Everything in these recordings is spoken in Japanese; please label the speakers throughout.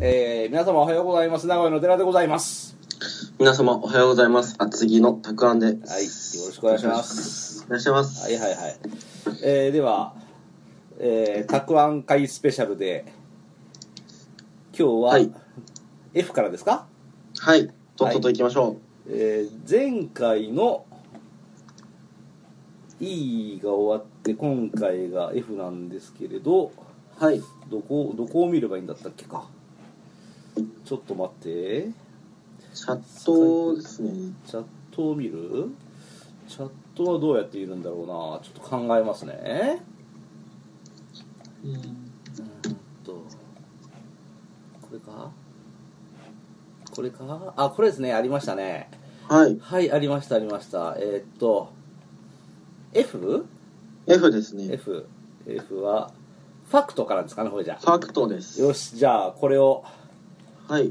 Speaker 1: えー皆様おはようございます。名古屋の寺でございます。
Speaker 2: 皆様おはようございます。厚木のたくあんで
Speaker 1: はい。よ
Speaker 2: す。
Speaker 1: ろしくお願いします。
Speaker 2: いらっしゃいます。
Speaker 1: はいはいはい。えーでは、えー、たくあん会スペシャルで、今日は、
Speaker 2: はい
Speaker 1: F からですか
Speaker 2: はい。とっとと行きましょ
Speaker 1: えー前回の E が終わって今回が F なんですけれど
Speaker 2: う。はい。
Speaker 1: どこどこを見ればいいんだったっけかちょっと待って
Speaker 2: チャットですね。
Speaker 1: チャットを見るチャットはどうやっているんだろうなちょっと考えますねうーんとこれかこれかあこれですねありましたね
Speaker 2: はい。
Speaker 1: はいありましたありましたえーっと F?
Speaker 2: F ですね。
Speaker 1: F, F はファクトからですかねこれじゃ
Speaker 2: ファクトです。
Speaker 1: よしじゃあこれを
Speaker 2: はい。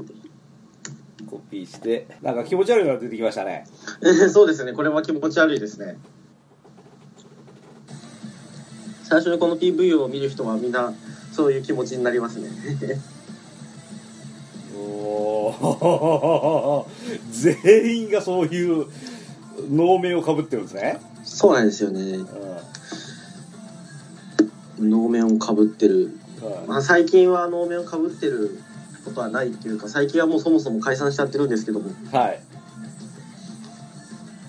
Speaker 1: コピーしてなんか気持ち悪いのが出てきましたね
Speaker 2: えーそうですね。これは気持ち悪いですね。最初にこの PV を見る人はみんなそういう気持ちになりま すね。
Speaker 1: おお全員がそういう能面をかぶってるんですね、
Speaker 2: そうなんですよね。
Speaker 1: う
Speaker 2: 能面をかぶってる。
Speaker 1: ん
Speaker 2: まあ、最近は能面をかぶってることはないっていうか、最近はもうそもそも解散しちゃってるんですけども。
Speaker 1: はい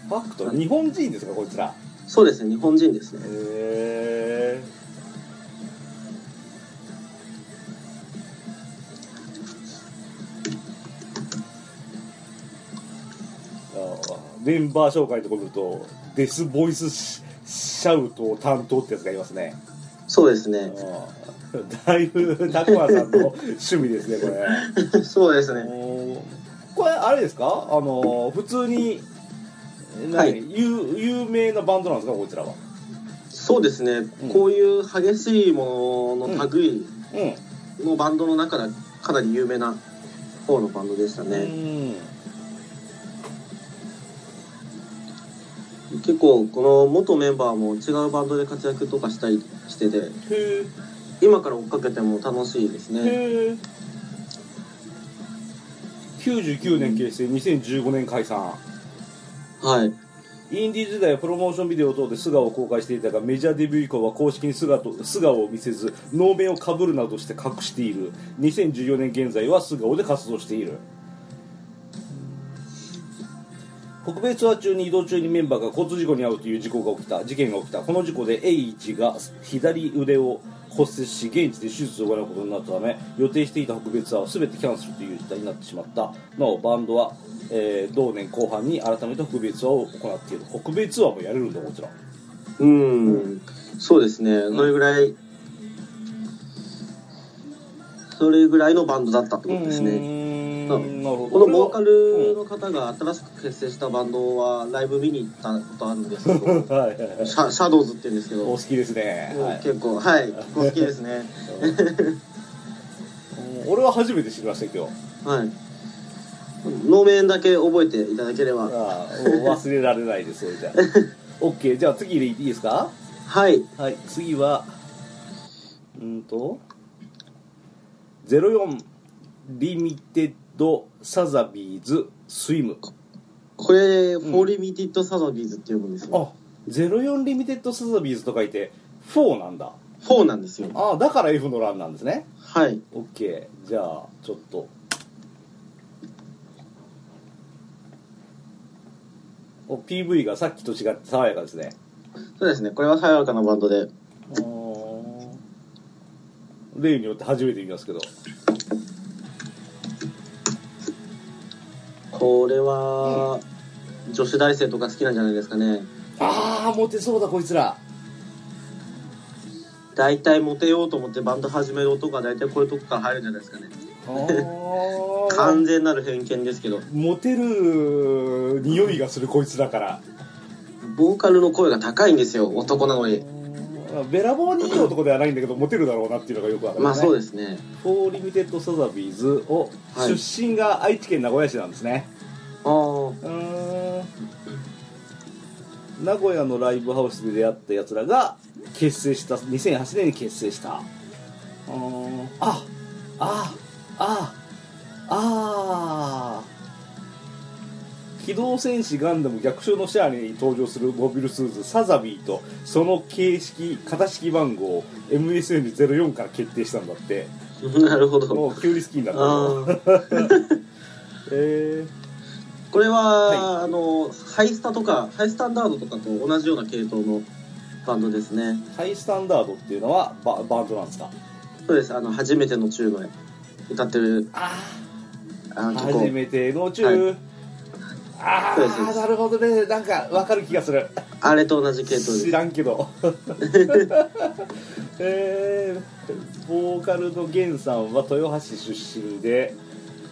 Speaker 1: ファクト日本人ですかこいつら
Speaker 2: そうですね、日本人ですね。
Speaker 1: へーメンバー紹介のとこ見るとデスボイスシシャウト担当ってやつがいますね
Speaker 2: そうですね。
Speaker 1: うん だいぶタコアさんの趣味ですねこれ
Speaker 2: そうですね。
Speaker 1: おーこれあれですかあのー普通に何、
Speaker 2: はい
Speaker 1: 有有名なバンドなんですかこちらは
Speaker 2: そうですね
Speaker 1: うん。
Speaker 2: こういう激しいものの類
Speaker 1: うん
Speaker 2: のバンドの中でかなり有名な方のバンドでしたね。結構この元メンバーも違うバンドで活躍とかしたりしてて、
Speaker 1: うんへ
Speaker 2: 今から追っかけても楽しいです
Speaker 1: え
Speaker 2: ね。
Speaker 1: へえ99年結成2015年解散
Speaker 2: はい。
Speaker 1: インディーズ時代はプロモーションビデオ等で素顔を公開していたがメジャーデビュー以降は公式に素顔と素顔を見せず能面をかぶるなどして隠している2014年現在は素顔で活動している北米ツアー中に移動中にメンバーが交通事故に遭うという事故が起きた事件が起きたこの事故で A1 が左腕を骨折し現地で手術を行うことになったため予定していた北米ツアーは全てキャンセルという事態になってしまったなおバンドは、えー同年後半に改めて北米ツアーを行っている北米ツアーもやれるんだもちろん
Speaker 2: うん。そうですね。それぐらい、それぐらいのバンドだったってことですね。
Speaker 1: ね
Speaker 2: う
Speaker 1: なるほど
Speaker 2: このボーカルの方が新しく結成したバンドはライブ見に行ったことあるんです けど
Speaker 1: はいはいはい
Speaker 2: シャシャドウズって言うんですけど
Speaker 1: お好きですね、
Speaker 2: もう
Speaker 1: はい
Speaker 2: 結構はい結構好きですね
Speaker 1: うん俺は初めて知りました今日
Speaker 2: はい能面だけ覚えていただければ
Speaker 1: ああもう忘れられないですそれじ ゃあ OK じゃあ次でいいですか
Speaker 2: はい
Speaker 1: はい次はうんと04リミテッドサザビーズスイム
Speaker 2: これ、フォーリミティッドサザビーズって呼ぶんですよ
Speaker 1: あ04リミテッドサザビーズと書いて4なんだ
Speaker 2: フォーなんですよ
Speaker 1: ああだから F の欄なんですね
Speaker 2: はい
Speaker 1: OK じゃあちょっとお PV がさっきと違って爽やかですね
Speaker 2: そうですねこれは爽やかなバンドで
Speaker 1: 例によって初めて見ますけど
Speaker 2: これは、女子大生とか好きなんじゃないですかね
Speaker 1: ああモテそうだこいつら
Speaker 2: 大体モテようと思ってバンド始める男は大体こういうとこから入るんじゃないですかね完全なる偏見ですけど
Speaker 1: モテる匂いがするこいつだから
Speaker 2: ボーカルの声が高いんですよ男なのに
Speaker 1: べらぼうにいい男ではないんだけどモテるだろうなっていうのがよくわかる、
Speaker 2: まあそう
Speaker 1: す
Speaker 2: ですね
Speaker 1: フォーリミテッドサザビーズを、
Speaker 2: はい
Speaker 1: 出身が愛知県名古屋市なんですね
Speaker 2: ああ
Speaker 1: うーん名古屋のライブハウスで出会ったやつらが結成した2008年に結成したうーんああああああ機動戦士ガンダム逆襲のシャアに登場するモビルスーツサザビーとその形式型式番号を MSN04 から決定したんだって
Speaker 2: なるほど。
Speaker 1: もう急に好きになった
Speaker 2: あー
Speaker 1: え
Speaker 2: これは、あのハイスタとかハイスタンダードとかと同じような系統のバンドですね。
Speaker 1: ー、ハイスタンダードっていうのはババンドなんですか
Speaker 2: そうです。あの初めての中の歌ってる
Speaker 1: あ
Speaker 2: あの曲
Speaker 1: 初
Speaker 2: を
Speaker 1: めての中、
Speaker 2: は
Speaker 1: あ
Speaker 2: そうですそうで
Speaker 1: あ
Speaker 2: す
Speaker 1: なるほどねなんかわかる気がする
Speaker 2: あれと同じ系統
Speaker 1: 知
Speaker 2: です。
Speaker 1: らんけ どえー、ボーカルの源さんは豊橋出身で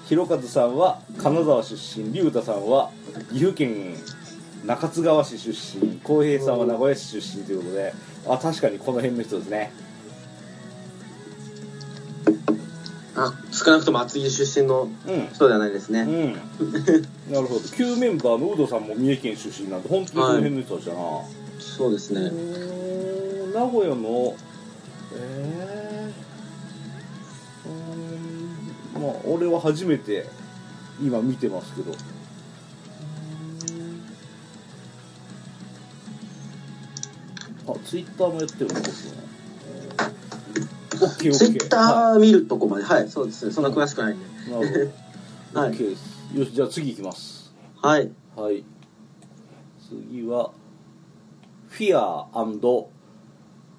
Speaker 1: 広和さんは金沢出身龍太さんは岐阜県中津川市出身浩平さんは名古屋市出身ということであ確かにこの辺の人ですね
Speaker 2: あ少なくとも厚木出身の
Speaker 1: うん
Speaker 2: 人ではないです
Speaker 1: う
Speaker 2: ね。
Speaker 1: んなるほど旧メンバーの有働さんも三重県出身なんで本当にこの辺の人たちだな、
Speaker 2: そうです
Speaker 1: う
Speaker 2: ね。
Speaker 1: ーん名古屋のえー、うーんまあ俺は初めて今見てますけどあツイッターもやってるのかしらオッケーオッケー
Speaker 2: ツイッター見るとこまで、はい、そうですね。そんな詳しくないんで。
Speaker 1: なるほど、
Speaker 2: はい
Speaker 1: OK ですよしじゃあ次いきます
Speaker 2: はい。
Speaker 1: はい次はフィアー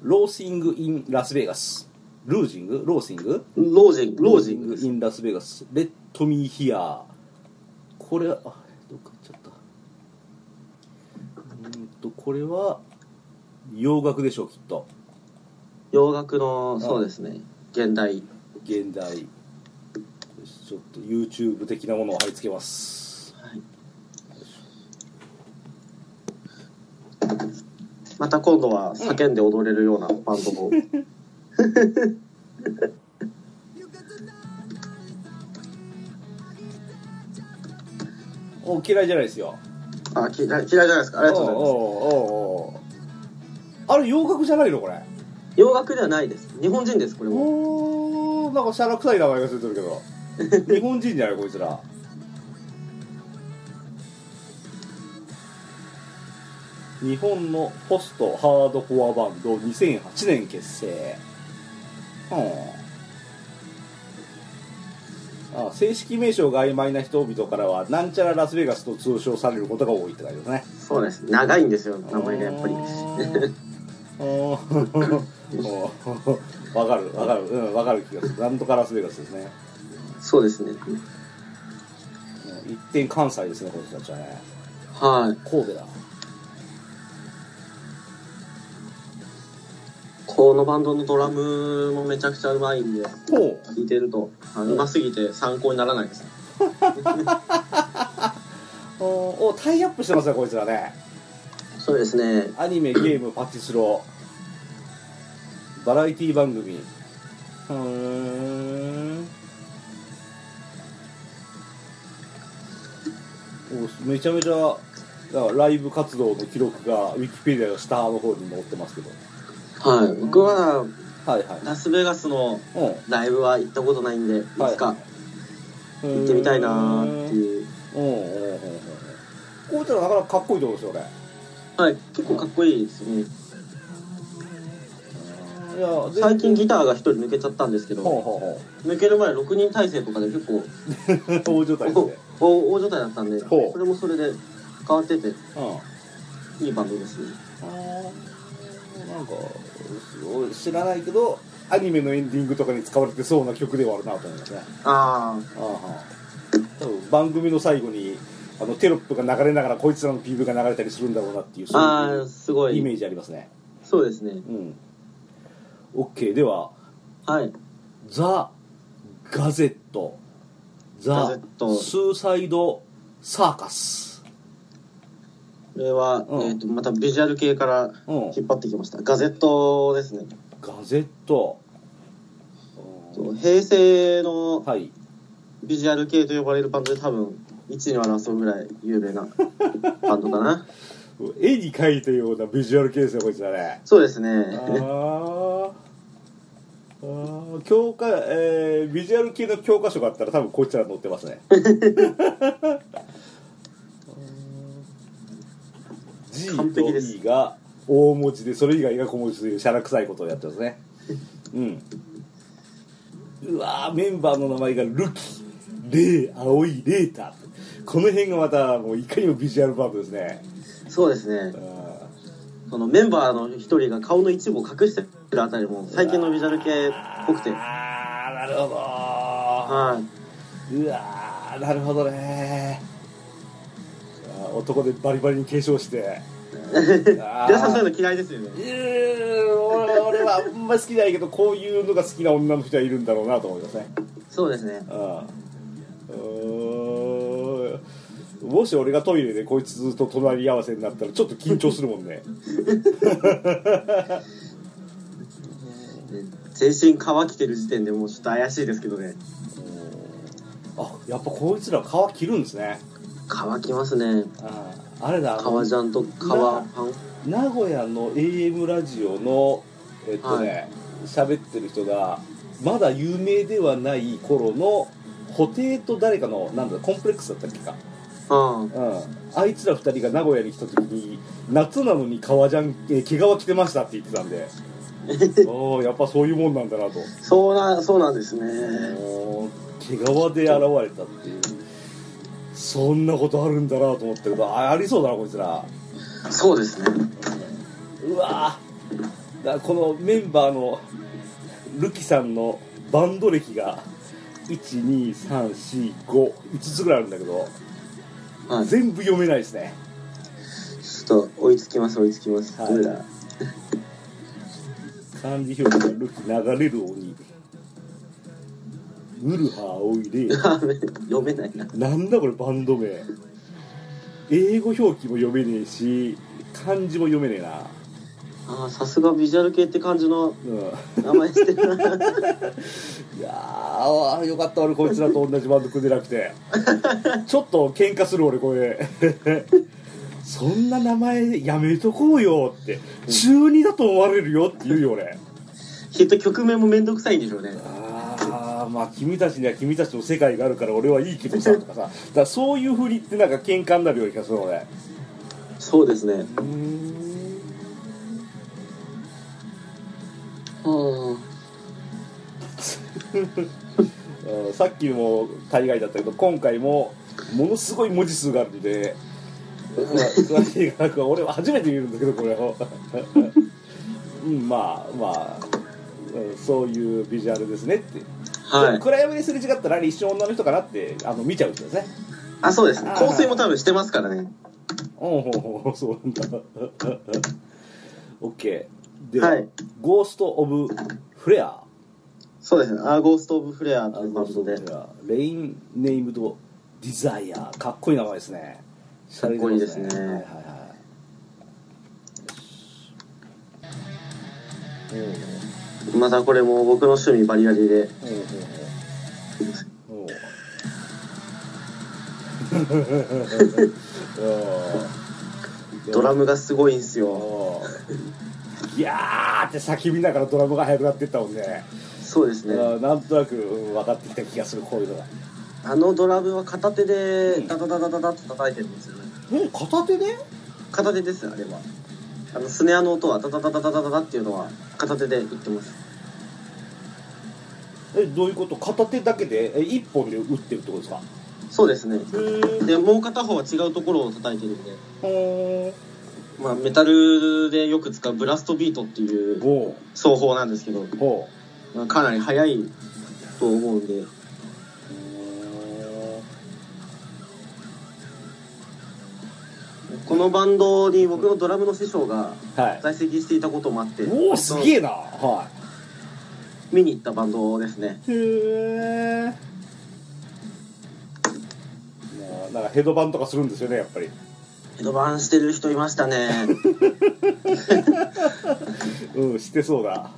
Speaker 1: ローシング・イン・ラスベガスルージングローシング
Speaker 2: ロージング、ロージングです
Speaker 1: イ。ン・ラスベガスレット・ミー・ヒアーこれはあどっか行っちゃったうーんとこれは洋楽でしょうきっと
Speaker 2: 洋楽の、そうですね。現代。
Speaker 1: 現代よしちょっと YouTube 的なものを貼り付けます
Speaker 2: また今度は叫んで踊れるようなバンド も。
Speaker 1: お嫌いじゃないですよ
Speaker 2: あ、嫌い、嫌いじゃないですか。ありがとうござ
Speaker 1: おうおう
Speaker 2: います。
Speaker 1: おうおうあれ洋楽じゃないのこれ
Speaker 2: 洋楽ではないです。日本人です、これも。
Speaker 1: おーなんかシャラ臭い名前がついてる けど日本人じゃないこいつら日本のポストハードコアバンド2008年結成うんあ正式名称が曖昧な人々からはなんちゃらラスベガスと通称されることが多いって書いてますね
Speaker 2: そうです。長いんですよ、名前がやっぱり。
Speaker 1: おーおーわかるわかるうんわかる気がするなんとかラスベガスですね
Speaker 2: そうですね。
Speaker 1: うん一点関西ですねこの人たちはね
Speaker 2: はい。
Speaker 1: 神戸だ
Speaker 2: このバンドのドラムもめちゃくちゃうまいんで、
Speaker 1: ほう
Speaker 2: 聴いてると、あのうますぎて参考にならないです。
Speaker 1: おおタイアップしてますねこいつらね
Speaker 2: そうですね。
Speaker 1: アニメゲームパチスロバラエティ番組うーんおめちゃめちゃだからライブ活動の記録がウィキペディアの下の方に載ってますけど
Speaker 2: はい。僕は、
Speaker 1: はいはい
Speaker 2: ラスベガスの
Speaker 1: うん
Speaker 2: ライブは行ったことないんで、い
Speaker 1: はい
Speaker 2: つか行ってみたいなーっていう。
Speaker 1: うんうんうんうんうんこういったらなかなかかっこいいと思うんですよね
Speaker 2: はい。結構かっこいいですね。
Speaker 1: いや
Speaker 2: 最近ギ
Speaker 1: ター
Speaker 2: ターが一人抜けちゃったんですけど、
Speaker 1: ほうほ
Speaker 2: 抜ける前6人体制とかで結構
Speaker 1: う ほう大状態ですね
Speaker 2: お大所帯だったんで
Speaker 1: ほう
Speaker 2: それもそれで変わってて
Speaker 1: うん
Speaker 2: いいバンドですね
Speaker 1: なんかすごい知らないけどアニメのエンディングとかに使われてそうな曲ではあるなと思いますね
Speaker 2: あ
Speaker 1: あは多分番組の最後にあのテロップが流れながらこいつらの PV が流れたりするんだろうなっていう
Speaker 2: ああ
Speaker 1: そ
Speaker 2: あすご
Speaker 1: ういうイメ
Speaker 2: い
Speaker 1: ージありますね
Speaker 2: そうですね
Speaker 1: うん OK では
Speaker 2: はい
Speaker 1: ザ・ガゼット
Speaker 2: ガ
Speaker 1: ザ
Speaker 2: ゼッ・ト
Speaker 1: スーサイド・サーカス
Speaker 2: これは、
Speaker 1: うん
Speaker 2: えー、とまたビジュアル系から
Speaker 1: うん
Speaker 2: 引っ張ってきましたガゼットですね
Speaker 1: ガゼット
Speaker 2: そう平成の
Speaker 1: はい
Speaker 2: ビジュアル系と呼ばれるバンドで多分1に争うぐらい有名なバンド かな
Speaker 1: 絵に描いたようなビジュアル系ですよこいつらね
Speaker 2: そうですね
Speaker 1: あーあー教科、えービジュアル系の教科書があったら多分こいつら載ってます ね G
Speaker 2: 完
Speaker 1: と
Speaker 2: 璧です
Speaker 1: E が大文字でそれ以外が小文字というしゃらくさいことをやってますねうんうわーメンバーの名前がルキレイ青いレータこの辺がまたもういかにもビジュアルバーブですね
Speaker 2: そうです
Speaker 1: う
Speaker 2: ね
Speaker 1: ん
Speaker 2: そのメンバーの一人が顔の一部を隠してるあたりも最近のビジュアル系っぽくてはい
Speaker 1: ああなるほどうわーなるほどねあー男でバリバリに化粧してあー
Speaker 2: 皆さんそういうの嫌いですよね
Speaker 1: うー俺俺はあんまり好きじゃないけどこういうのが好きな女の人はいるんだろうなと思いますね
Speaker 2: そうですね
Speaker 1: うんうーんもし俺がトイレでこいつと隣り合わせになったらちょっと緊張するもんね
Speaker 2: ね全身乾きてる時点でもうちょっと怪しいですけどね
Speaker 1: あやっぱこいつら皮切るんですね
Speaker 2: 乾きますね
Speaker 1: あーあれだあの
Speaker 2: 革ジャンと革パン
Speaker 1: 名古屋の AM ラジオのえっとね喋、ってる人がまだ有名ではない頃の布袋と誰かのなんだコンプレックスだったっけか、
Speaker 2: あ
Speaker 1: うん、あいつら二人が名古屋に来た時に夏なのに革ジャン、えー毛皮着てましたって言ってたんでおーやっぱそういうもんなんだなと
Speaker 2: あ そうなそうなんですね
Speaker 1: おー毛皮で現れたっていうそんなことあるんだなと思ったけどあありそうだなこいつら。
Speaker 2: そうですね
Speaker 1: うわーだこのメンバーのルキさんのバンド歴が12345つぐらいあるんだけど
Speaker 2: はいち
Speaker 1: 全部読めないですね
Speaker 2: ょっと追いつきます追いつきます
Speaker 1: はい
Speaker 2: どれだ
Speaker 1: 漢字表記がルキ流れる鬼ウルハ青い霊
Speaker 2: 読めないな
Speaker 1: なんだこれバンド名英語表記も読めねえし漢字も読めねえな
Speaker 2: ああさすがビジュアル系って感じの
Speaker 1: うん
Speaker 2: 名前してる な
Speaker 1: いやーよかった俺こいつらと同じバンド組んでなくてちょっと喧嘩する俺これ そんな名前やめとこうよって中二だと思われるよって言うよ俺
Speaker 2: きっと曲名もめんどくさいんでしょうね
Speaker 1: ああまあ君たちには君たちの世界があるから俺はいいけどさとかさだからそういうふりってなんか喧嘩になるような気がする俺
Speaker 2: そうですねうん
Speaker 1: うんさっきも大概だったけど今回もものすごい文字数があるんで詳しい額は俺は初めて見るんだけどこれをうんまあまあうんそういうビジュアルですねって、
Speaker 2: はい
Speaker 1: 暗闇ですれ違ったらあれ一生女の人かなってあの見ちゃうんですね
Speaker 2: あそうです
Speaker 1: あー
Speaker 2: 香水も多分してますからね
Speaker 1: おうおうおうそうなんだ OK で、
Speaker 2: はい
Speaker 1: ゴースト・オブ・フレア
Speaker 2: そうですねアーゴースト・オブ・フレアというバ
Speaker 1: ゴー
Speaker 2: ン
Speaker 1: スト・
Speaker 2: ド
Speaker 1: オブ・
Speaker 2: で
Speaker 1: フレアレイン・ネームド・ディザイアかっこいい名前ですね
Speaker 2: かっこいいですね
Speaker 1: 洒落てますはいはいはいよしおうおう
Speaker 2: またこれも僕の趣味バリバリで
Speaker 1: おうおうおうおう
Speaker 2: ドラムがすごいんすよ
Speaker 1: おういやーって叫びながらドラムが速くなってったもんね
Speaker 2: そうですね
Speaker 1: あーなんとなくうん分かってきた気がするこういうのが
Speaker 2: あのドラムは片手
Speaker 1: う
Speaker 2: で
Speaker 1: ん
Speaker 2: ダダダダダダって叩いてるんですよね
Speaker 1: え片手で
Speaker 2: 片手ですあれはあのスネアの音はダダダダダダダダっていうのは片手で言ってます
Speaker 1: えどういうこと片手だけでえ一本で打ってるってことですか
Speaker 2: そうですね
Speaker 1: へ
Speaker 2: でもう片方は違うところを叩いてるんで、
Speaker 1: え
Speaker 2: まあ、メタルでよく使うブラストビートっていう
Speaker 1: ほ
Speaker 2: 奏法なんですけど
Speaker 1: うほ
Speaker 2: まあかなり速いと思うんで
Speaker 1: う
Speaker 2: このバンドに僕のドラムの師匠が
Speaker 1: はい
Speaker 2: 在籍していたこともあって
Speaker 1: おおすげえなは
Speaker 2: 見に行ったバンドですね
Speaker 1: いへえなんかヘドバンとかするんですよねやっぱり
Speaker 2: ヘドバンしてる人いましたね
Speaker 1: うんしてそうだ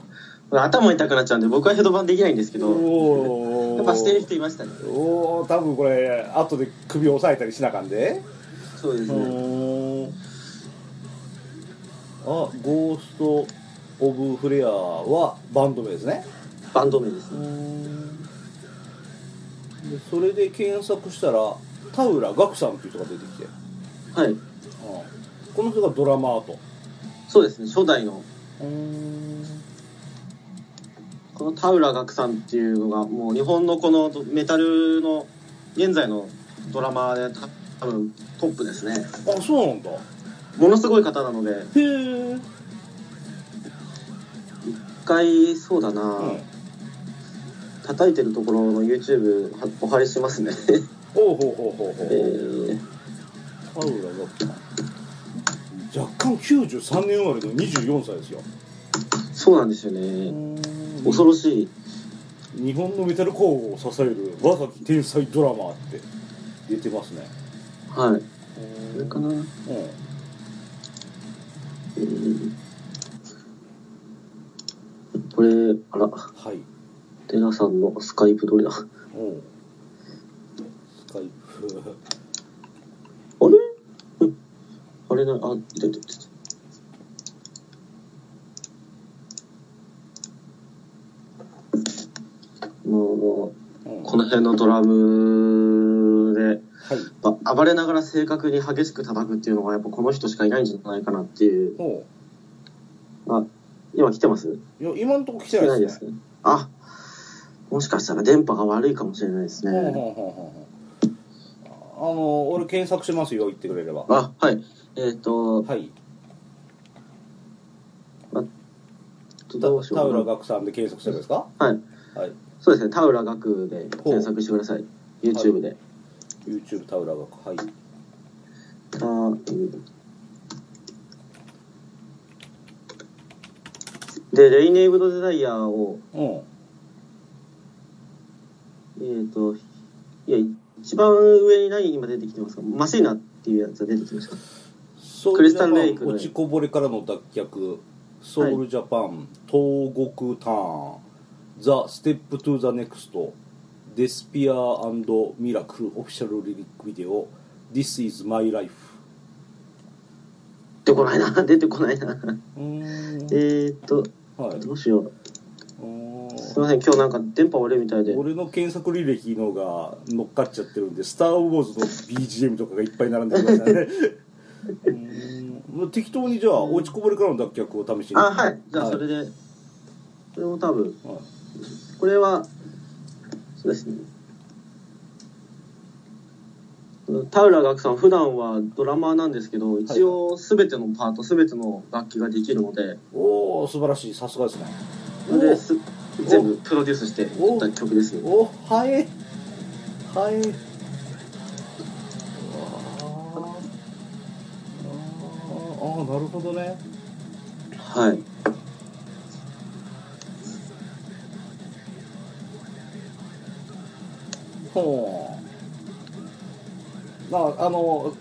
Speaker 2: 頭痛くなっちゃうんで僕はヘドバンできないんですけど
Speaker 1: おお
Speaker 2: やっぱしてる人いましたね
Speaker 1: おお多分これ後で首を押さえたりしなあかんで
Speaker 2: そうですね
Speaker 1: あゴースト・オブ・フレアはバンド名ですね
Speaker 2: バンド名です
Speaker 1: うーんでそれで検索したら田浦岳さんっていう人が出てきて、
Speaker 2: はい
Speaker 1: うんこの人がドラマーと
Speaker 2: そうですね初代の
Speaker 1: うん
Speaker 2: この田浦岳さんっていうのがもう日本のこのメタルの現在のドラマーで多分トップですね
Speaker 1: あそうなんだへ
Speaker 2: ものすごい方なので
Speaker 1: えうん
Speaker 2: 一回そうだな、叩いてるところの YouTube はお貼りしますね、
Speaker 1: おうほうほうほうほ
Speaker 2: え
Speaker 1: う、
Speaker 2: ー、
Speaker 1: 田浦岳さん若干93年生まれの24歳ですよ
Speaker 2: そうなんですよね恐ろしい
Speaker 1: 日本のメタル工房を支える若き天才ドラマーって出てますね
Speaker 2: はいこ
Speaker 1: う
Speaker 2: れ
Speaker 1: ん
Speaker 2: かな、えーこれあら
Speaker 1: はい
Speaker 2: テラさんのスカイプどれだあ
Speaker 1: おうスカイプ
Speaker 2: れうんあれなあいたいたいたいたも
Speaker 1: う
Speaker 2: うんこの辺のドラムで
Speaker 1: はい
Speaker 2: やっぱ暴れながら正確に激しく叩くっていうのがやっぱこの人しかいないんじゃないかなっていう
Speaker 1: おう
Speaker 2: あ今来てます
Speaker 1: いや今んとこ来
Speaker 2: 来
Speaker 1: て
Speaker 2: てな
Speaker 1: ない
Speaker 2: い
Speaker 1: で
Speaker 2: ですす
Speaker 1: ね
Speaker 2: ねあもしかしたら電波が悪いかもしれないです
Speaker 1: ほうほう
Speaker 2: ね
Speaker 1: ほうほうほうあの俺検索しますよ言ってくれればは
Speaker 2: あはいえっ、と
Speaker 1: い
Speaker 2: どうし
Speaker 1: 田
Speaker 2: よ
Speaker 1: 浦
Speaker 2: うか
Speaker 1: 岳さんで検索してるんですか
Speaker 2: なはい
Speaker 1: はい
Speaker 2: そうですね田浦学で検索してください YouTube で、
Speaker 1: YouTube 田浦岳はい
Speaker 2: たでレイネイブドデザイヤーを
Speaker 1: うん
Speaker 2: えっ、といや一番上に何今出てきてますかマシーナっていうやつが出てきました
Speaker 1: ソ
Speaker 2: クリスタルレイクの
Speaker 1: 落ちこぼれからの脱却ソウルジャパン、東国ターンザ・ステップ・トゥ・ザ・ネクストデスピアミラクルオフィシャルリリックビデオ This is my life
Speaker 2: 出てこないな出てこないな
Speaker 1: うーん
Speaker 2: えーっと
Speaker 1: はい
Speaker 2: どうしよう
Speaker 1: うー
Speaker 2: すいません今日なんか電波悪いみたいで
Speaker 1: ん俺の検索履歴のが乗っかっちゃってるんで「スター・ウォーズ」の BGM とかがいっぱい並んできましたね うーん適当にじゃあ落ちこぼれからの脱却を試しに
Speaker 2: あはいじゃあ
Speaker 1: はい
Speaker 2: それで、これも多分
Speaker 1: はい
Speaker 2: これはそうですね田浦岳さん普段はドラマーなんですけど一応全てのパート全ての楽器ができるので
Speaker 1: おお素晴らしいさすがですね
Speaker 2: です全部プロデュースして撮った曲ですね
Speaker 1: おはえはえあーあーなるほどね
Speaker 2: はい
Speaker 1: ほうまああの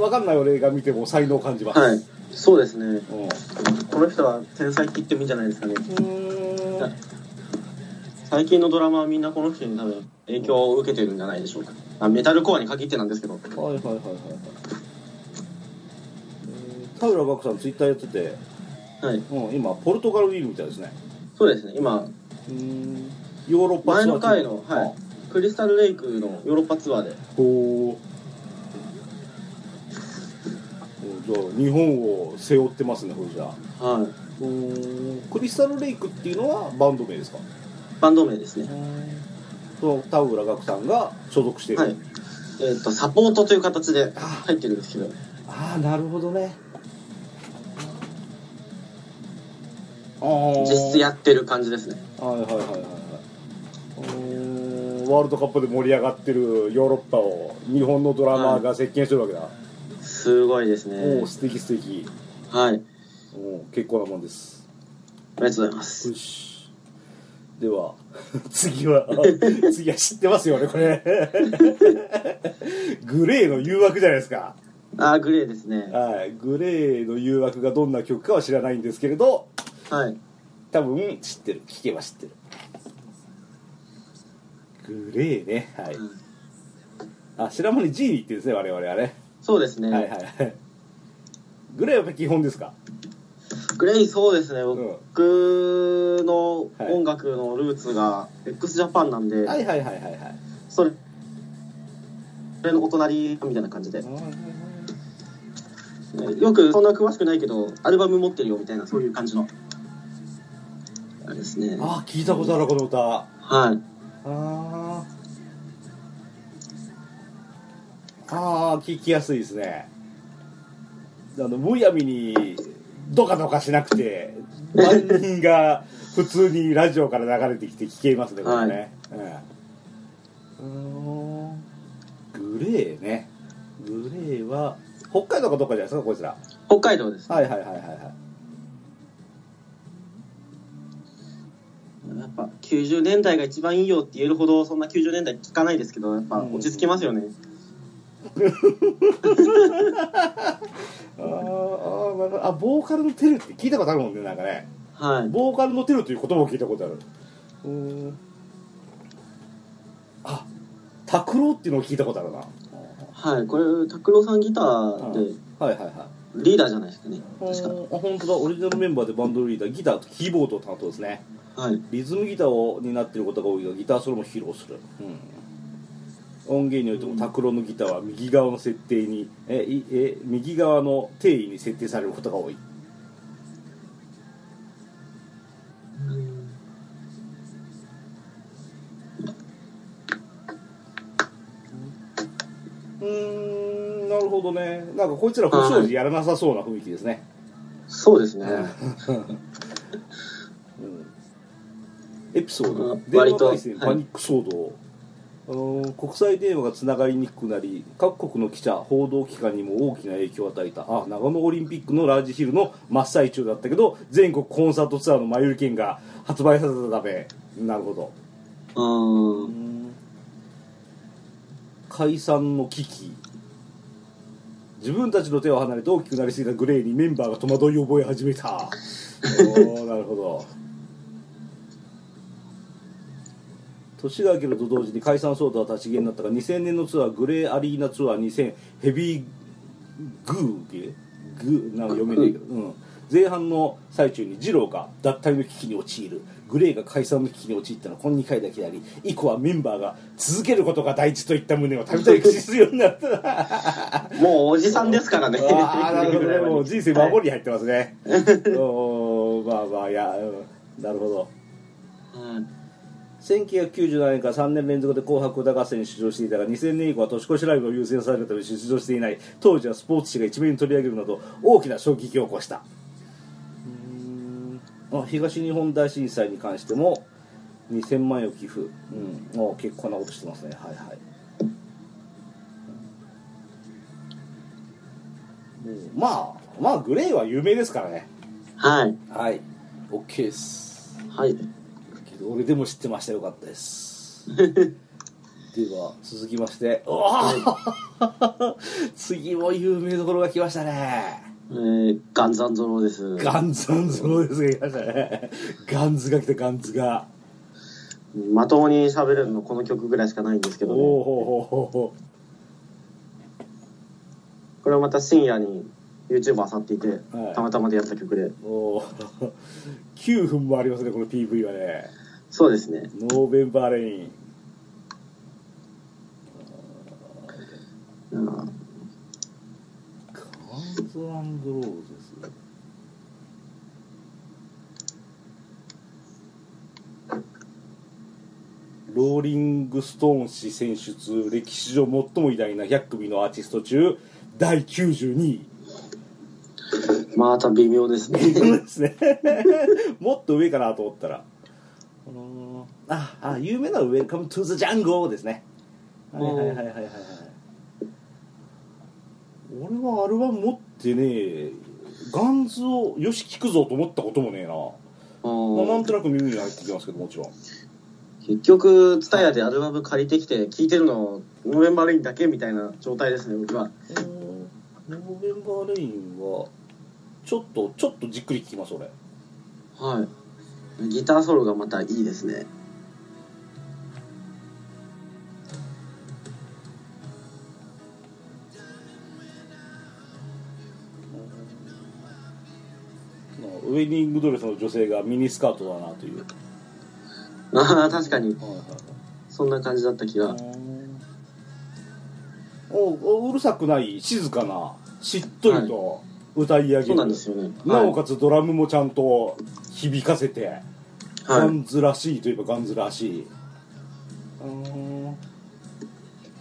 Speaker 1: わかんない俺が見ても才能を感じます、
Speaker 2: はいそうですね
Speaker 1: うんう
Speaker 2: この人は天才って言ってもいいんじゃないですかね
Speaker 1: ーん
Speaker 2: はい最近のドラマはみんなこの人に多分影響を受けてるんじゃないでしょうかあメタルコアに限ってなんですけど
Speaker 1: はいはいはいはいはいえー田浦岳さんツイッターやってて、
Speaker 2: はい
Speaker 1: うん、今ポルトガルにいるみたいですね
Speaker 2: そうですね今
Speaker 1: うーんヨーロッパ
Speaker 2: 前
Speaker 1: ツアー
Speaker 2: の回の、はい、クリスタルレイクのヨーロッパツアーで
Speaker 1: こうじゃあ日本を背負ってますねこれじゃあ
Speaker 2: は
Speaker 1: クリスタルレイクっていうのはバンド名ですか
Speaker 2: い、バンド名ですね。
Speaker 1: と田浦岳さんが所属している、
Speaker 2: はい。えっ、と、サポートという形で
Speaker 1: あ
Speaker 2: 入ってるんですけど、
Speaker 1: ああなるほどねああ
Speaker 2: 実質やってる感じですね。
Speaker 1: はいはいはいはいはいおーワールドカップで盛り上がってるヨーロッパを日本のドラマーが席巻してるわけだ、
Speaker 2: すごいですね。
Speaker 1: おお素敵素敵
Speaker 2: はい。あり
Speaker 1: おー結構なもんです
Speaker 2: がとうございます。
Speaker 1: よしでは 次は 次は知ってますよねこれ グレーの誘惑じゃないですか
Speaker 2: あー、グレーですね。
Speaker 1: はいグレーの誘惑がどんな曲かは知らないんですけれど
Speaker 2: はい。
Speaker 1: 多分知ってる聞けば知ってるグレーねはい
Speaker 2: うん
Speaker 1: あ白森 G に行ってるんですね我々はね、
Speaker 2: そうですね、
Speaker 1: はいはいはいグレーはやっぱ基本ですか
Speaker 2: グレイそうですね
Speaker 1: ん
Speaker 2: 僕の音楽のルーツが x ジャパンなんで、
Speaker 1: はいはいはいはいはい
Speaker 2: それそれのお隣みたいな感じでよくそんな詳しくないけどアルバム持ってるよみたいなそういう感じのあれですね
Speaker 1: ああ聞いたことあるこの歌あ
Speaker 2: はい
Speaker 1: あああ聞きやすいですねあのむやみにドカドカしなくて万人が普通にラジオから流れてきて聞けますねこれね、うんうーんグレーねグレーは北海道かどっかじゃないですかこいつら
Speaker 2: 北海道です
Speaker 1: はいはいはいはいはい
Speaker 2: やっぱ90年代が一番いいよって言えるほどそんな90年代聞かないですけどやっぱ落ち着きますよね、
Speaker 1: あーあーなるほどあボーカルのテルって聞いたことあるもんねなんかね
Speaker 2: はい
Speaker 1: ボーカルのテルという言葉を聞いたことあるうーんあ拓郎っていうのを聞いたことあるな
Speaker 2: はいこれ拓郎さんギターで
Speaker 1: はいはいはい
Speaker 2: リーダーじゃないですかね確か
Speaker 1: あ本当だオリジナルメンバーでバンドリーダーギターとキーボードを担当ですね
Speaker 2: はい
Speaker 1: リズムギターを担っていることが多いがギターソロも披露する、うん、音源においても拓郎のギターは右側の設定にえいえ右側の定位に設定されることが多いうーんなるほどねなんかこいつら不祥事やらなさそうな雰囲気ですね、
Speaker 2: そうですね
Speaker 1: うんエピソード
Speaker 2: うん
Speaker 1: 電話
Speaker 2: 割と
Speaker 1: 回線
Speaker 2: はい
Speaker 1: パニック騒動、あのー国際電話がつながりにくくなり各国の記者報道機関にも大きな影響を与えたあ長野オリンピックのラージヒルの真っ最中だったけど全国コンサートツアーの前売り券が発売されたためなるほど
Speaker 2: うーん
Speaker 1: 解散の危機自分たちの手を離れて大きくなりすぎたグレーにメンバーが戸惑いを覚え始めたおーなるほど年が明けると同時に解散騒動は立ち消えになったが2000年のツアーグレーアリーナツアー2000ヘビーグーゲグーなんか読めないけど、うん、前半の最中に二郎が脱退の危機に陥るグレーが解散の危機に陥ったのはこの2回だけであり以降はメンバーが続けることが大事といった旨をたびたび口にするようになった
Speaker 2: もうおじさんですからね
Speaker 1: ああなるほど ねもう人生守
Speaker 2: はい
Speaker 1: り入ってます ね、おーまあまあいや、うんなるほど
Speaker 2: うん
Speaker 1: 1997年から3年連続で「紅白歌合戦」に出場していたが2000年以降は年越しライブを優先されるため出場していない当時はスポーツ紙が一面に取り上げるなど大きな衝撃を起こしたあ東日本大震災に関しても2000万円を寄付、うん、あ結構なことしてますねはいはいうんまあまあグレーは有名ですからね
Speaker 2: はい
Speaker 1: はい OK です
Speaker 2: はい
Speaker 1: けど俺でも知ってましたよかったですでは続きましておー次も有名どころが来ましたね
Speaker 2: えー、ガンザンゾロです
Speaker 1: ガンズンズのですが来ましたねガンズが来たガンズが
Speaker 2: まともに喋れるのこの曲ぐらいしかないんですけ
Speaker 1: お
Speaker 2: ど、
Speaker 1: お
Speaker 2: ね、
Speaker 1: ほうほうほ
Speaker 2: これはまた深夜に YouTuber さんっていて
Speaker 1: はい
Speaker 2: たまたまでやった曲で
Speaker 1: うほうおー 9分もありますねこの PV はね
Speaker 2: そうですね
Speaker 1: ノーベンバーレイン
Speaker 2: うん
Speaker 1: ガンズアンドローズですローリング・ストーン氏選出歴史上最も偉大な100組のアーティスト中第92位
Speaker 2: また微妙ですね
Speaker 1: ですねもっと上かなと思ったらあのーああ有名な「ウェルカム・トゥ・ザ・ジャンゴ」ですねはいはいはいはいはいはい俺はアルバム持ってねえガンズをよし聴くぞと思ったこともねえな、まあ、なんとなく耳に入ってきますけどもちろん
Speaker 2: 結局 TSUTAYA でアルバム借りてきて聴いてるのノーベンバーレインだけみたいな状態ですね僕は
Speaker 1: ノーベンバーレインはちょっとちょっとじっくり聴きます俺
Speaker 2: はいギターソロがまたいいですね
Speaker 1: なるほウェディングドレスの女性がミニスカートだなという、
Speaker 2: ああ確かにそんな感じだった気が
Speaker 1: おおうるさくない静かなしっとりと歌い上げ
Speaker 2: そう
Speaker 1: る、
Speaker 2: なんですよね
Speaker 1: なお
Speaker 2: か
Speaker 1: かつドラムもちゃんと響かせて、
Speaker 2: は
Speaker 1: ガ
Speaker 2: い
Speaker 1: ンズらしいといえばガンズらしい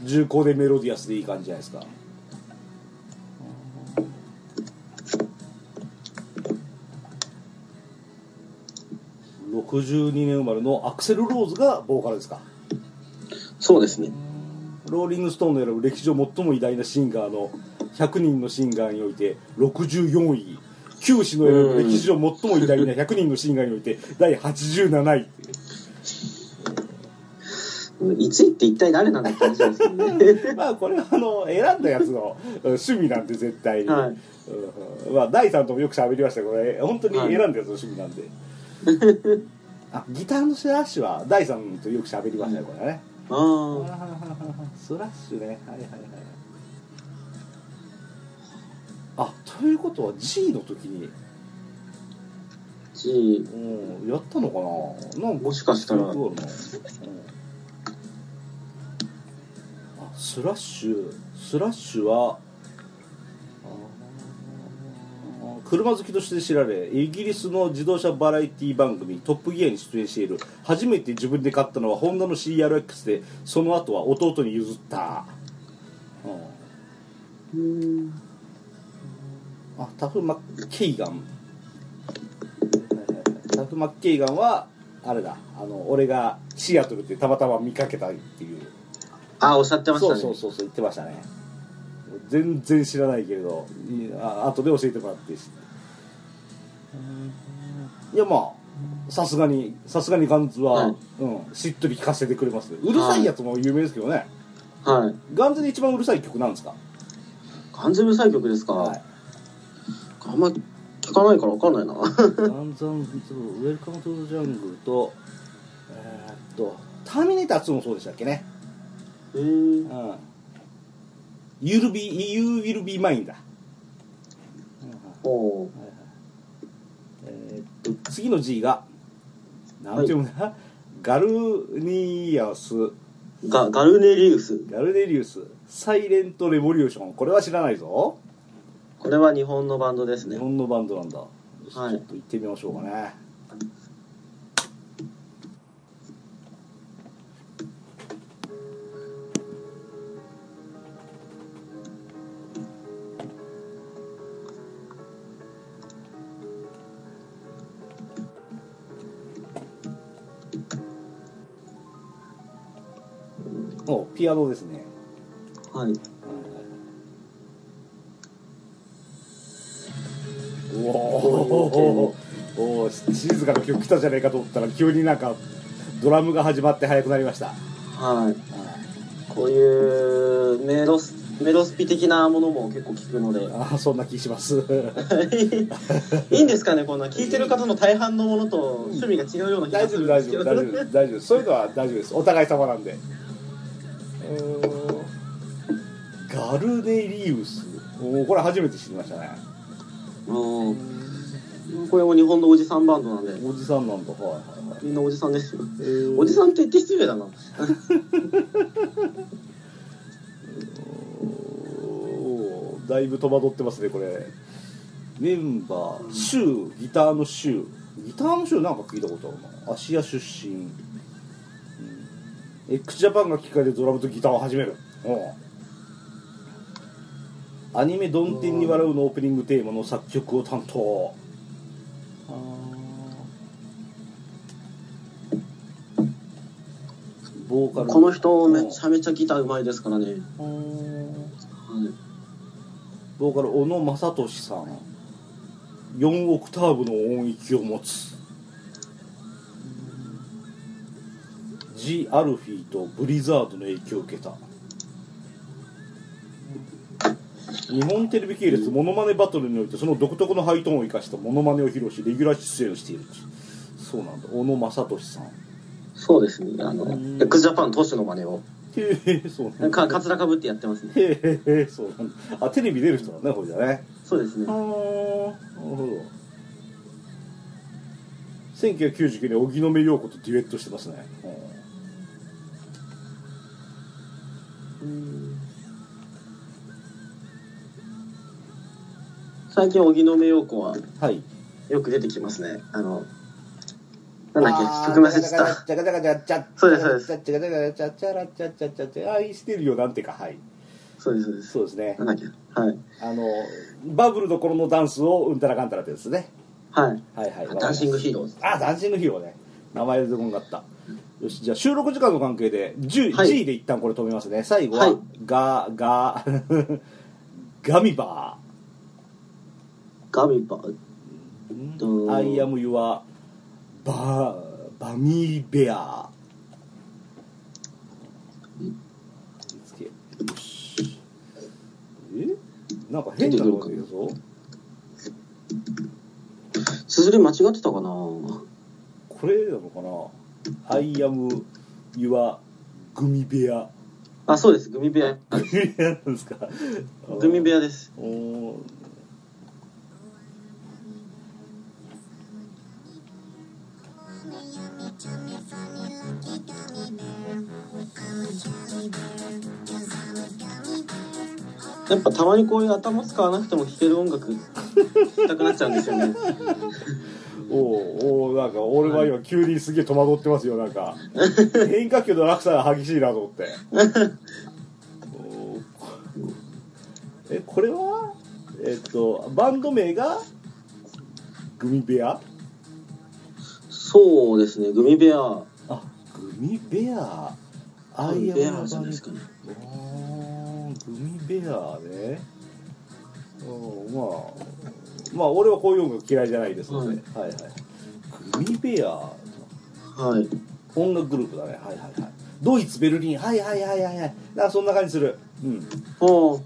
Speaker 1: 重厚でメロディアスでいい感じじゃないですか62年生まれのアクセル・ローズがボーカルですか
Speaker 2: そうですね
Speaker 1: ローリング・ストーンの選ぶ歴史上最も偉大なシンガーの100人のシンガーにおいて64位九死の選ぶ歴史上最も偉大な100人のシンガーにおいて第87位
Speaker 2: 1位って一体誰なんだって話ですけど ね
Speaker 1: まあこれはあの選んだやつのうん趣味なんで絶対に、
Speaker 2: はい
Speaker 1: うんまあ第3ともよく喋りましたけどこれ本当に選んだやつの趣味なん で、あギターのスラッシュは第3とよく喋りましたねこれね、
Speaker 2: あ
Speaker 1: スラッシュねはいはいはいあということは G の時に、
Speaker 2: あ G
Speaker 1: うん、やったのかななん
Speaker 2: もしかしたら
Speaker 1: そういうことあるなうんあスラッシュスラッシュはあー車好きとして知られイギリスの自動車バラエティ番組「トップギア」に出演している初めて自分で買ったのはホンダの CRX でその後は弟に譲った、うん
Speaker 2: うん
Speaker 1: あタフ・マッケイガンタフ・マッケイガンはあれだあの俺がシアトルってたまたま見かけたっていう、
Speaker 2: あおっしゃってまし
Speaker 1: そう
Speaker 2: たね
Speaker 1: そうそうそう言ってましたね全然知らないけれどいあ後で教えてもらっていいしいやまあさすがにさすがにガンズは、
Speaker 2: はい
Speaker 1: うん、しっとり聞かせてくれますうるさいやつも有名ですけどね、
Speaker 2: はい
Speaker 1: ガンズで一番うるさい曲なんですか、
Speaker 2: 完全無作曲ですか、
Speaker 1: はい
Speaker 2: あんま聞かないからわかんない な
Speaker 1: ガンズウェルカム・トゥ・ジャングルと、えーっと、ターミネーター2もそうでしたっけね。
Speaker 2: え
Speaker 1: う
Speaker 2: ー、
Speaker 1: ん。You'll be, you will be mine だ。
Speaker 2: おー
Speaker 1: えーっと、次の G が、なんて読むんだ、ガルニアス、
Speaker 2: ガガルネリウス
Speaker 1: ガルネリウス、サイレント・レボリューション。これは知らないぞ。
Speaker 2: これは日本のバンドです
Speaker 1: 日
Speaker 2: ね
Speaker 1: 本のバンドなんだ。よし
Speaker 2: はい
Speaker 1: ちょっと行ってみましょうかね。おピアノですね。
Speaker 2: はいう
Speaker 1: おーおー静かな曲来たじゃないかと思ったら急になんかドラムが始まって早くなりました
Speaker 2: はいこういうメロスメロスピ的なものも結構聞くので
Speaker 1: ああそんな気します
Speaker 2: いい んですかねこんな聞いてる方の大半のものと趣味が違うような気が
Speaker 1: 大
Speaker 2: す
Speaker 1: 丈夫
Speaker 2: るんで
Speaker 1: 大丈夫
Speaker 2: すけ
Speaker 1: 大丈夫
Speaker 2: ど
Speaker 1: 大丈夫そういうのは大丈夫ですお互い様なんでうーんガルネリウスおーこれ初めて知りましたね
Speaker 2: うんこれも日本のおじさんバンドなんで
Speaker 1: おじさんなんだはいはいはい
Speaker 2: みんなおじさんですよ
Speaker 1: えー
Speaker 2: おじさんって言って失礼だな
Speaker 1: おーだいぶ戸惑ってますねこれメンバーシューギターのシューギターのシューなんか聞いたことあるな芦屋出身、うん、x ジャパンがきっかけでドラムとギターを始めるうんアニメ「どんてんに笑う」のオープニングテーマの作曲を担当ボーカル
Speaker 2: この人めちゃめちゃギターうまいですからね、
Speaker 1: うん
Speaker 2: はい
Speaker 1: ボーカル小野正俊さん4オクターブの音域を持つ G アルフィーとブリザードの影響を受けた日本テレビ系列モノマネバトルにおいてその独特のハイトーンを生かしたモノマネを披露しレギュラー出演をしているそうなんだ小野正俊さん
Speaker 2: そうですねあの
Speaker 1: うん
Speaker 2: x ジャパン投手の真似を
Speaker 1: へえそうなんだ
Speaker 2: かかつらかぶってやってますね
Speaker 1: へえへえそうなんだあテレビ出る人だねこれだね
Speaker 2: そうですね
Speaker 1: あーなるほど1999年荻野目洋子とデュエットしてますね、
Speaker 2: 最近荻野目洋子は
Speaker 1: はい
Speaker 2: よく出てきますねあの
Speaker 3: な
Speaker 2: なんだっけ曲名忘れてた
Speaker 3: ちゃかちゃかちゃかちゃ
Speaker 2: そうですそうです
Speaker 3: ちゃかちゃかちゃちゃらちゃちゃちゃちゃ
Speaker 1: 愛してるよなんてかはい
Speaker 2: そうですそうです
Speaker 1: そうですね
Speaker 2: なんだっけはい
Speaker 1: あのバブルの頃のダンスをうんたらかんたらってですね
Speaker 2: はい
Speaker 1: はいはい
Speaker 2: ダンシングヒーローズ
Speaker 1: あダンシングヒーローね名前でこんかったよしじゃあ収録時間の関係で10、
Speaker 2: はい
Speaker 1: G で一旦これ止めますね最後は、
Speaker 2: はい
Speaker 1: ガガ ガミバ
Speaker 2: ガミバ
Speaker 1: ー
Speaker 2: と
Speaker 1: I am your ババミーベア見つけよしえなんか変なのが出るぞ
Speaker 2: 綴り間違ってたかな
Speaker 1: これなのかな I am your グミベ ア
Speaker 2: あそうですグミ部屋
Speaker 1: グミベアなんですか
Speaker 2: グミ部屋です
Speaker 1: おー
Speaker 2: やっぱたまにこういう頭使わなくても聴ける音楽聴きたくなっちゃうんですよ ね
Speaker 1: おーおーなんか俺は今急にすげえ戸惑ってますよなんか変化球の落差が激しいなと思っておーえこれはえっとバンド名がグミベア
Speaker 2: そうですねグミ部屋
Speaker 1: あグミベアア
Speaker 2: グ
Speaker 1: イ
Speaker 2: ミ
Speaker 1: ア
Speaker 2: 部屋じゃないですかね
Speaker 1: おーグミベアねうんまあまあ俺はこういう音楽嫌いじゃないですので、はいはいグミベア
Speaker 2: はい
Speaker 1: 音楽グループだねはいはいはいドイツベルリンはいはいはいはいはいなんかそんな感じするうん
Speaker 2: おー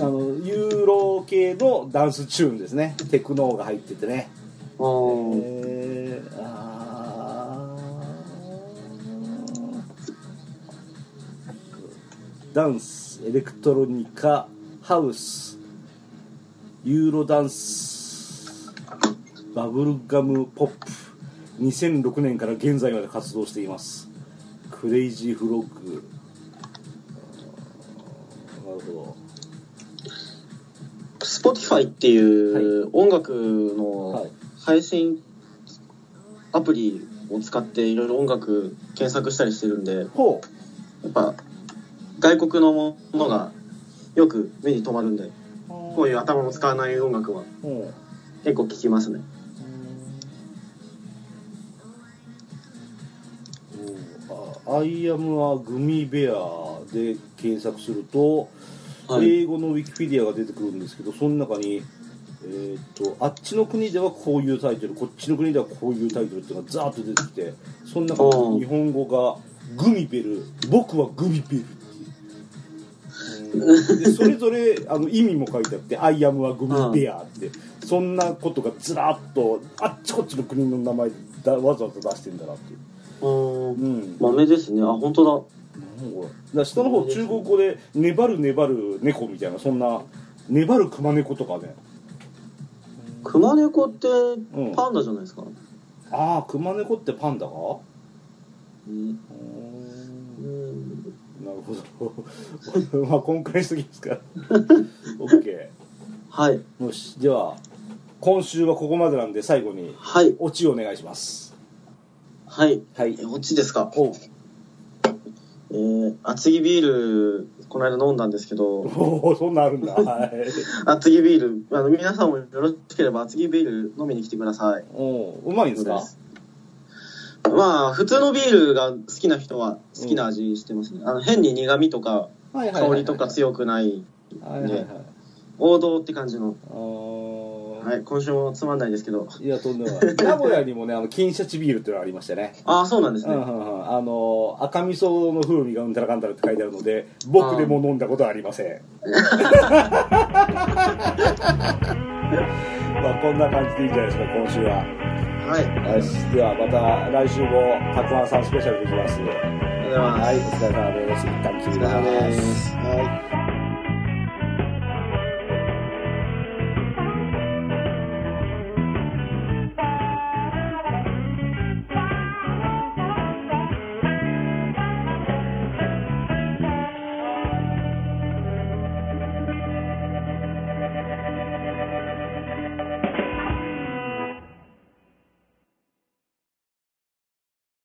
Speaker 1: あのユーロ系のダンスチューンですねテクノが入っててね
Speaker 2: おー
Speaker 1: えー、あーダンスエレクトロニカハウスユーロダンスバブルガムポップ2006年から現在まで活動していますクレイジーフロッグあーなるほ
Speaker 2: Spotify っていう音楽
Speaker 1: ど
Speaker 2: の
Speaker 1: はい
Speaker 2: 配信アプリを使っていろいろ音楽検索したりしてるんでや
Speaker 1: ほう
Speaker 2: っぱ外国のものがよく目に留まるんでこういう頭も使わない音楽は
Speaker 1: ほう
Speaker 2: 結構聴きますね
Speaker 1: あアイアムはグミベアで検索すると、
Speaker 2: はい
Speaker 1: 英語のウィキペディアが出てくるんですけどその中に、えーっとあっちの国ではこういうタイトルこっちの国ではこういうタイトルっていうのがザーッと出てきてその中
Speaker 2: う
Speaker 1: に
Speaker 2: ん
Speaker 1: 日本語が「グミベル」「僕はグミベル」っていううんでそれぞれあの意味も書いてあって「アイアムはグミベア」ってそんなことがずらっとあっちこっちの国の名前だわざわざ出してんだなっていう。
Speaker 2: おー
Speaker 1: うん
Speaker 2: 豆ですねあ本当だ
Speaker 1: もうだから下の方中国語で「粘る粘る猫」みたいなそんな「粘る熊猫」とかね
Speaker 2: 熊猫って
Speaker 1: うん
Speaker 2: パンダじゃないですか、
Speaker 1: ああ熊猫ってパンダが
Speaker 2: ね
Speaker 1: うーん
Speaker 2: うん
Speaker 1: なるほど まあ今回すぎですから OK
Speaker 2: はい
Speaker 1: よしでは今週はここまでなんで最後に
Speaker 2: はい
Speaker 1: オチをお願いします
Speaker 2: はい
Speaker 1: はい
Speaker 2: えオチですか
Speaker 1: おう
Speaker 2: えー、厚木ビールこの間飲んだんですけど
Speaker 1: おうそんなんあるんだ はい
Speaker 2: 厚木ビールあの皆さんもよろしければ厚木ビール飲みに来てください
Speaker 1: おううまいんですか
Speaker 2: まあ普通のビールが好きな人は好きな味してますね、あの変に苦味とか
Speaker 1: はいはいはい
Speaker 2: 香りとか強くない
Speaker 1: はいはいはい
Speaker 2: 王道って感じの、
Speaker 1: あー
Speaker 2: はい、今週もつまんないですけど
Speaker 1: いやとんでもない名古屋にもねあの金シャチビールっていうのがありましてね
Speaker 2: ああそうなんです
Speaker 1: う
Speaker 2: ね、
Speaker 1: んうんうんあの赤味噌の風味がうんたらかんたらって書いてあるので僕でも飲んだことはありません まあこんな感じでいいんじゃないですか今週は
Speaker 2: はいあり
Speaker 1: よしではまた来週もたくあんさんスペシャルできます
Speaker 2: がとうございます、
Speaker 1: はいお疲れ様です一旦切
Speaker 2: お
Speaker 1: り
Speaker 2: 疲れ様
Speaker 1: ま
Speaker 2: ですすはい